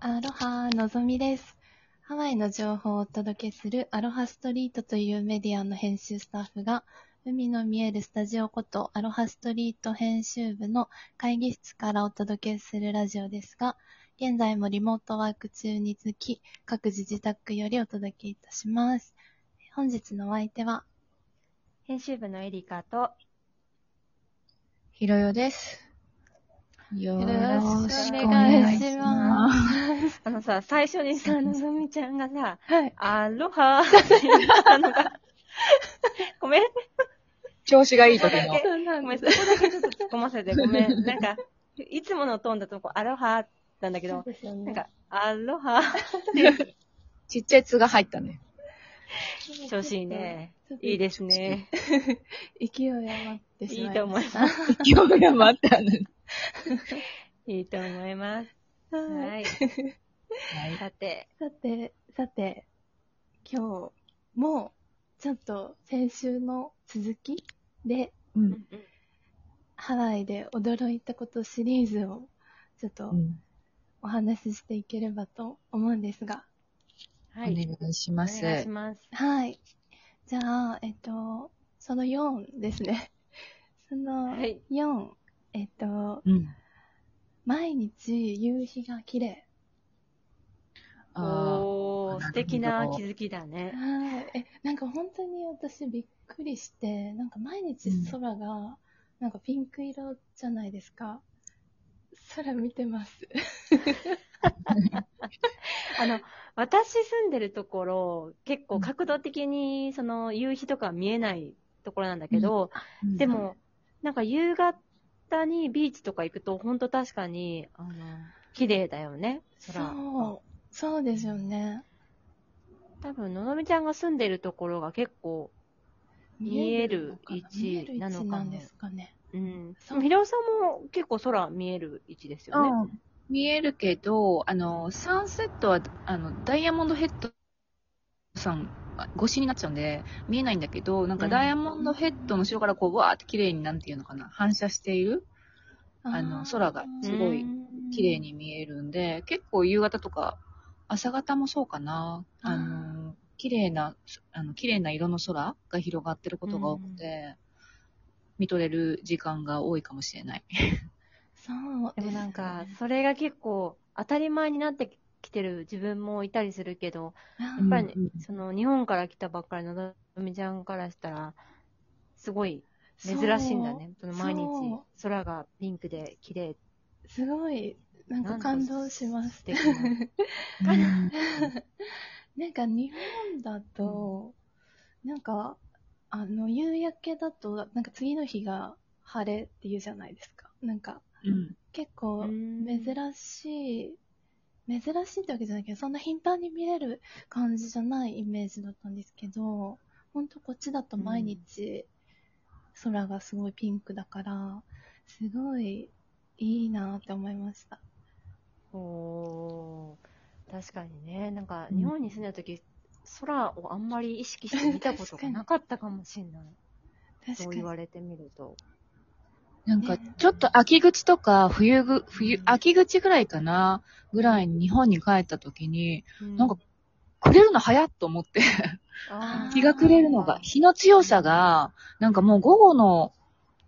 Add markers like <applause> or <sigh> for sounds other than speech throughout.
アロハのぞみです。ハワイの情報をお届けするアロハストリートというメディアの編集スタッフが、海の見えるスタジオことアロハストリート編集部の会議室からお届けするラジオですが、現在もリモートワーク中につき、各自自宅よりお届けいたします。本日のお相手は、編集部のエリカと、ひろよです。よろしくお願いすします。あのさ、最初にさ、のぞみちゃんがさ、はい。アロハーって言ったのが、ごめん、調子がいい時の。えそうなごんめん、でそすこ。だけちょっと突っ込ませて、ごめん。なんか、いつものトーンだとこう、アロハなんだけど、ななんか、アロハちっちゃい「つ」が入ったね。調子いいね。ちょっといいですね。勢い余ってしいまいいとま思いした。ま今日がまたね。す。いいと思います。は。はいい。さて、さて、さて、今日もちょっと先週の続きで、う。うんんハワイで驚いたことシリーズをちょっとうんお話ししていければと思うんですが、おはい。願いしおます。願いします。はい。じゃあ、えっと、その4ですね。 <laughs> そのはい。 4、えっと、うん。毎日夕日が綺麗。あおー、素敵な気づきだね。はい。え、なんか本当に私びっくりして、なんか毎日空が、なんかピンク色じゃないですか。空見てます。あの、私住んでるところ、結構角度的に、その、夕日とか見えないところなんだけど、ーで、も、なんか夕方にビーチとか行くと、ほんと確かに、あの、綺麗だよね、空。そう。そうですよね。多分、のぞみちゃんが住んでるところが結構、見える位見え置る位なの置かもなんですかね。うん。そうひろおさんも結構空見える位置ですよね。うん見えるけど、あの、サンセットは、あの、ダイヤモンドヘッドさん、あ越しになっちゃうんで、見えないんだけど、なんうかんダイヤモンドヘッドの後ろからこう、わーって綺麗になんていうのかな、反射している、あのー空がすごい綺麗。に見えるんで、結構夕方とか、朝方もそうかな、あーあの、綺麗な、あの、綺麗な色の空が広がってることが多くて、見とれる時間が多いかもしれない。そうでもなんか、それが結構当たり前になってきてる自分もいたりするけど、やっぱりねうんその日本から来たばっかりののぞみちゃんからしたら、すごい珍しいんだ。ね。その毎日そ空がピンクで綺麗そうすごい、なんか感動しま素す。敵なうんなんか日本だと、なんか、あの、夕焼けだと、なんか次の日が晴れって言うじゃないですか。なんか、 <laughs> うん結構珍珍しい、珍しいってわけじゃないけど、そんな頻繁に見れる感じじゃないイメージだったんですけど、ほんとこっちだと毎日空がすごいピンクだから、すごいいいなって思いました。おー確かにね、なんかうん日本に住んでた時、空をあんまり意識して見たことがなかったかもしれない。確そかうに言。われてみると。なんか、ちょっと秋口とか、冬ぐ、冬、秋口ぐらいかな、ぐらいに日本に帰った時に、なんか暮れるの早っと思って、あー、日が暮れるのが、日の強さが、なんかもう午後の、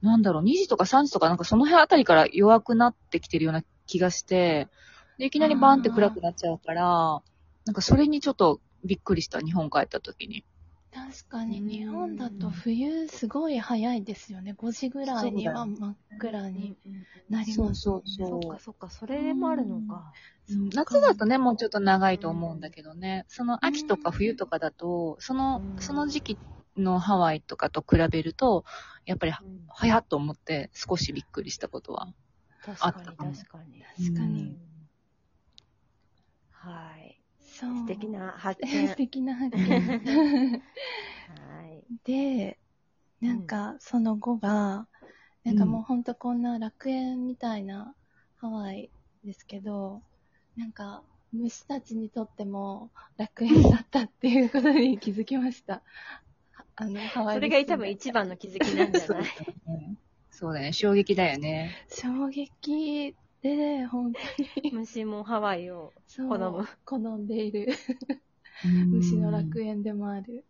なんだろう、2時とか3時とか、なんかその辺あたりから弱くなってきてるような気がして、でいきなりバーンって暗くなっちゃうから、なんかそれにちょっとびっくりした、日本帰った時に。確かにうん日本だと冬すごい早いですよね。5時ぐらいには真っ暗にうんうんなりそうます。そうそそうっかそっか、それもあるのか。うん夏だとね、もうちょっと長いと思うんだけどね、その秋とか冬とかだと、そのう、んその時期のハワイとかと比べると、やっぱりうん早っと思って少しびっくりしたことは。確あかっにたかも確かに。確かうに。んはい。そう。素敵。な発 <laughs> 見。素敵な発は <laughs> 見。い。で、なんかその後が、なんかもうほんとこんな楽園みたいなハワイですけど、なんか虫たちにとっても楽園だったっていうことに気づきました。あの、ハワイそでれすが多分一番の気づきなんじゃそうなだいねそうだね、衝撃だよね。衝撃ええ本当に <laughs> 虫もハワイを。そう好む好んでいる。うん虫の楽園でもある。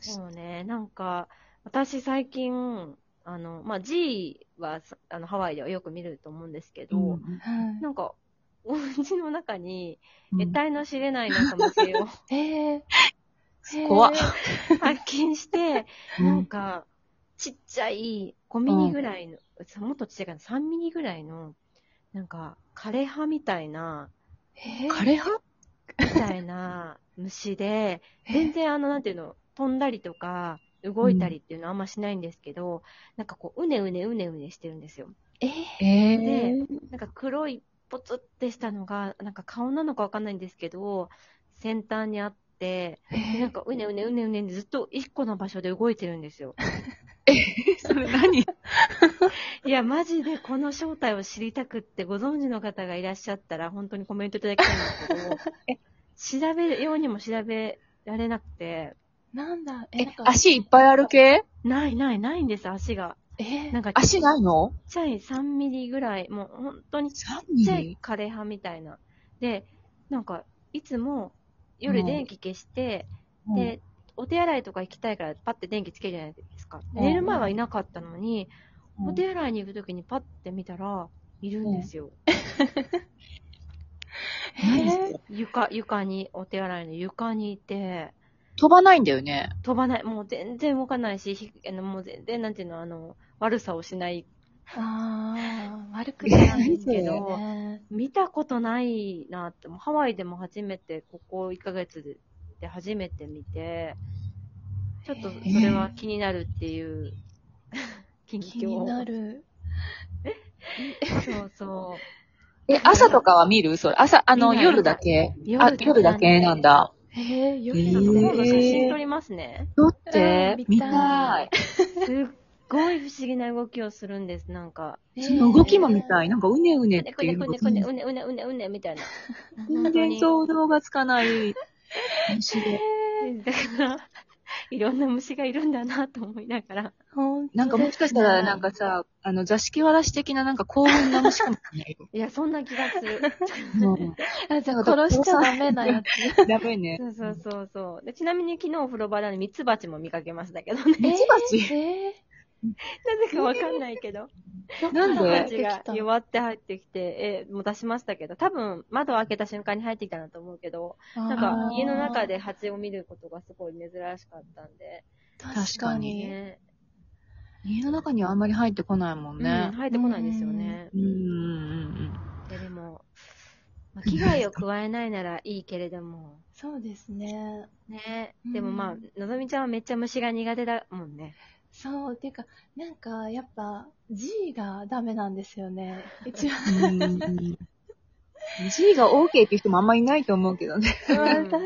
そうね、なんか、私最近、あの、まあ、G はさ、あの、ハワイではよく見ると思うんですけど、うんはいなんか、お家の中に、うん得体の知れない仲間性を <laughs> ええー。怖っ発見して、うんなんか、ちっちゃい5ミリぐらいの、もっとちっちゃいかな、3ミリぐらいの、なんか、枯葉みたいな、ええー。枯葉みたいな虫で、え全然あの、なんていうの、飛んだりとか、動いたりっていうのはあんましないんですけど、なんかこう、うねうねうねうねしてるんですよ。えええでえなんか黒いポツってしたのが、なんか顔なのかわかんないんですけど、先端にあって、ええなんかうねうねうねうねずっと一個の場所で動いてるんですよ。それ何いや、マジでこの正体を知りたくってご存知の方がいらっしゃったら、本当にコメントいただきたいんですけど、調べるようにも調べられなくて、なんだ、え、えなんか、足いっぱいある系ないないないんです、足が。えーなんかちっ足ないのちゃい3ミリぐらい、もう本当にち ?3 っミちゃリい枯葉みたいな。で、なんか、いつも夜電気消して、で、お手洗いとか行きたいからパッて電気つけるじゃないですか。うん寝る前はいなかったのに、うんお手洗いに行くときにパッて見たら、いるんですよ。えー床、床に、お手洗いの床にいて、飛ばないんだよね。飛ばない、もう全然動かないし、ひあのもう全然、なんていうの、あの、悪さをしない。ああ、悪くないんだけど、ね、見たことないなって、もうハワイでも初めて、ここ1ヶ月でで初めて見て、ちょっとそれは気になるっていう、近況気になる。そうそえ、朝とかは見るそれ。朝、あの、見ない夜だけ。う。あ、夜だけなん。だ。ええー、夜ちょなっとの今度写真撮りますね。だってうん、見見たいたい。すっごい不思議な動きをするんです、なんか。その動きも見い。たい。なんか、うねうねうねってくいねうくのねがくね、うねうねうねうねみたいな。全然想像がつかない。面白いだから、いろんな虫がいるんだなと思いながら。本当なんかもしかしたら、なんかさ、あの、座敷わらし的ななんか幸運な虫かもしれないよ。いや、そんな気がする。うんあ、じゃあ殺しちゃダメなやつ。ダメね。そうそうそうそうで。ちなみに昨日お風呂場でミツバチも見かけましたけどね。え <laughs> ミツバチえなぜかわかんないけど。ー、なんでミツ入バってチがきたの弱って入ってきて、え、もう出しましたけど、多分窓を開けた瞬間に入ってきたなと思うけど、なんか家の中で蜂を見ることがすごい珍しかったんで。あー確かに。ね。家の中にはあんまり入ってこないもんうん、ね。入ってこないですよね。うん。うんいやでも、まあ、危害を加えないならいいけれども。そうですね。ねうんでもまあ、のぞみちゃんはめっちゃ虫が苦手だもんね。そう、ていうか、なんか、やっぱ、G がダメなんですよ <laughs> ね。一番、うんうんうん G が OK っていう人もあんまりいないと思うけどね。うんまあ確か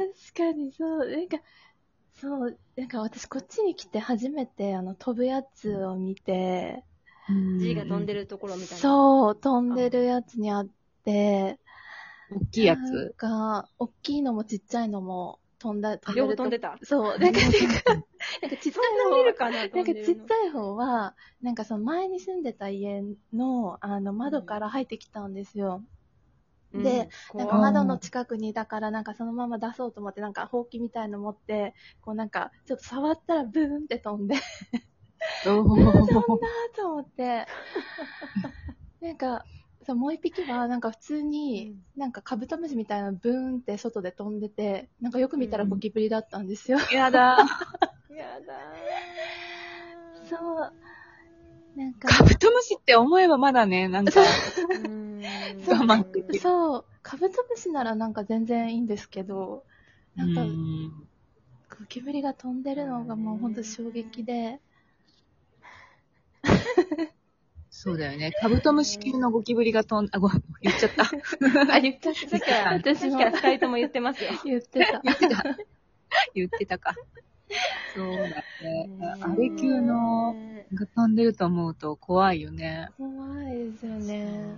にそう、なんか、そう、なんか私こっちに来て初めて、あの、飛ぶやつを見て、 G が飛んでる。るところみたいな。う。そう、飛んでるやつにあって、大きいやなんつ。か、大きいのもちっちゃいのも飛んだ、飛両べ方ると飛んでた。そう、なんか、なんかちっちゃい飛んでるかな <laughs> なんかちっちい。ゃい方は、なんかその前に住んでた家の、あの、窓から入ってきたんですよ。うんで、な怖いんか窓の近くに、だからなんかそのまま出そうと思って、なんかほうきみたいの持って、こうなんか、ちょっと触ったらブーンって飛んで、 <laughs> おーあーと思って。なんか、そうもう一匹は、なんか普通に、なんかカブトムシみたいなのブーンって外で飛んでて、なんかよく見たらゴキブリだったんですよ。やだ。やだー。そう。なんか、カブトムシって思えばまだね、なんか。うん。我慢できるそう、カブトムシならなんか全然いいんですけど、なんかうんゴキブリが飛んでるのがもうほんと衝撃で、そうだよね。カブトムシ級のゴキブリが飛ん、あ、ご、言っちゃ <laughs> った。あ、言っちゃっさっきから、私私もから二人とも言ってますよ。言ってた。言ってたか。そうだね。あれ級の、が飛んでると思うと怖いよね。怖いですよねね。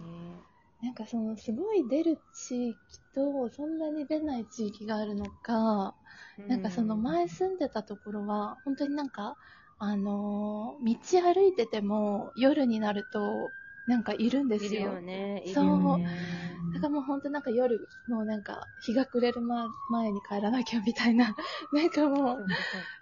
なんかそのすごい出る地域とそんなに出ない地域があるのか、なんかその前住んでたところは本当になんかあのー道歩いてても夜になるとなんかいるんでいするよよ。ね。いるそうよねだからもう本当なんか夜、もうなんか日が暮れるま前に帰らなきゃみたいな、 <laughs> なんかもう、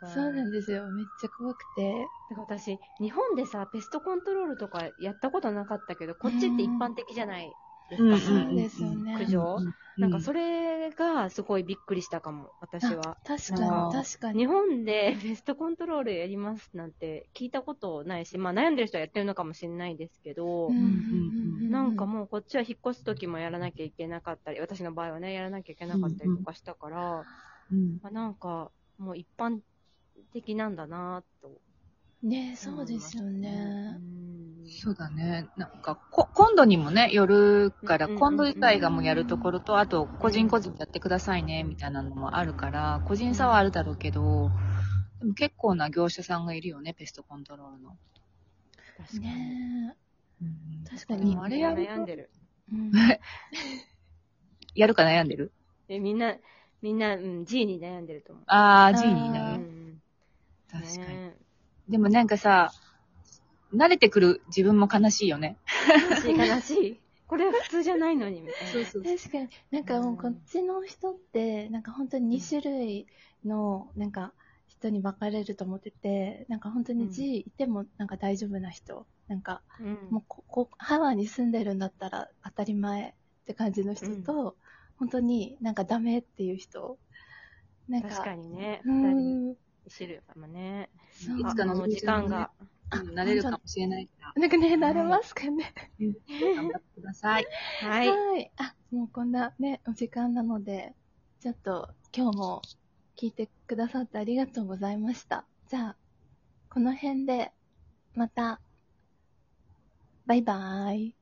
そっかそうなんですよ。めっちゃ怖くて。だから私、日本でさ、ペストコントロールとかやったことなかったけど、こっちって一般的じゃないですか。うんそうですよね苦情なんかれ、それがすごいびっくりしたかも、私はあ。確あかーに、確かに。日本で <laughs> ペストコントロールやりますなんて聞いたことないし、まあ悩んでる人はやってるのかもしれないですけど、うんうなんかもうこっちは引っ越す時もやらなきゃいけなかったり、私の場合はね、やらなきゃいけなかったりとかしたから、うんまあ、なんかもう一般的なんだなぁと。ねそうですよね。うんそうだね。なんか、こ、今度にもね、よるから、うんうんうん今度自体がもうやるところと、あと、個人個人やってくださいね、みたいなのもあるから、個人差はあるだろうけど、でも結構な業者さんがいるよね、ペストコントロールの。確かに。ね確かでにもあれやる悩んでる。え <laughs> うんやるか悩んでるえみんな、みんな、うん、G に悩んでると思う。あー、あー G になうる。ん、確かに。ねでもなんかさ、慣れてくる自分も悲しいよね。悲しい悲しい。これは普通じゃないのに、みたいな。そう確かに、なんかもうこっちの人って、なんか本当に2種類の、なんか人に分かれると思ってて、なんか本当に G いてもなんか大丈夫な人、なんかうん。もうここ、ハワイに住んでるんだったら当たり前って感じの人と、本当になんかダメっていう人、なんか、確かにね。う二ー人ん、知るかもね。そういあつかのもう時間が。うん慣れるかもしれないから、なんかね、なれますかね。頑張ってください。 <laughs> はい。はい。あ、もうこんなね、お時間なので、ちょっと今日も聞いてくださってありがとうございました。じゃあ、この辺で、また、バイバーイ。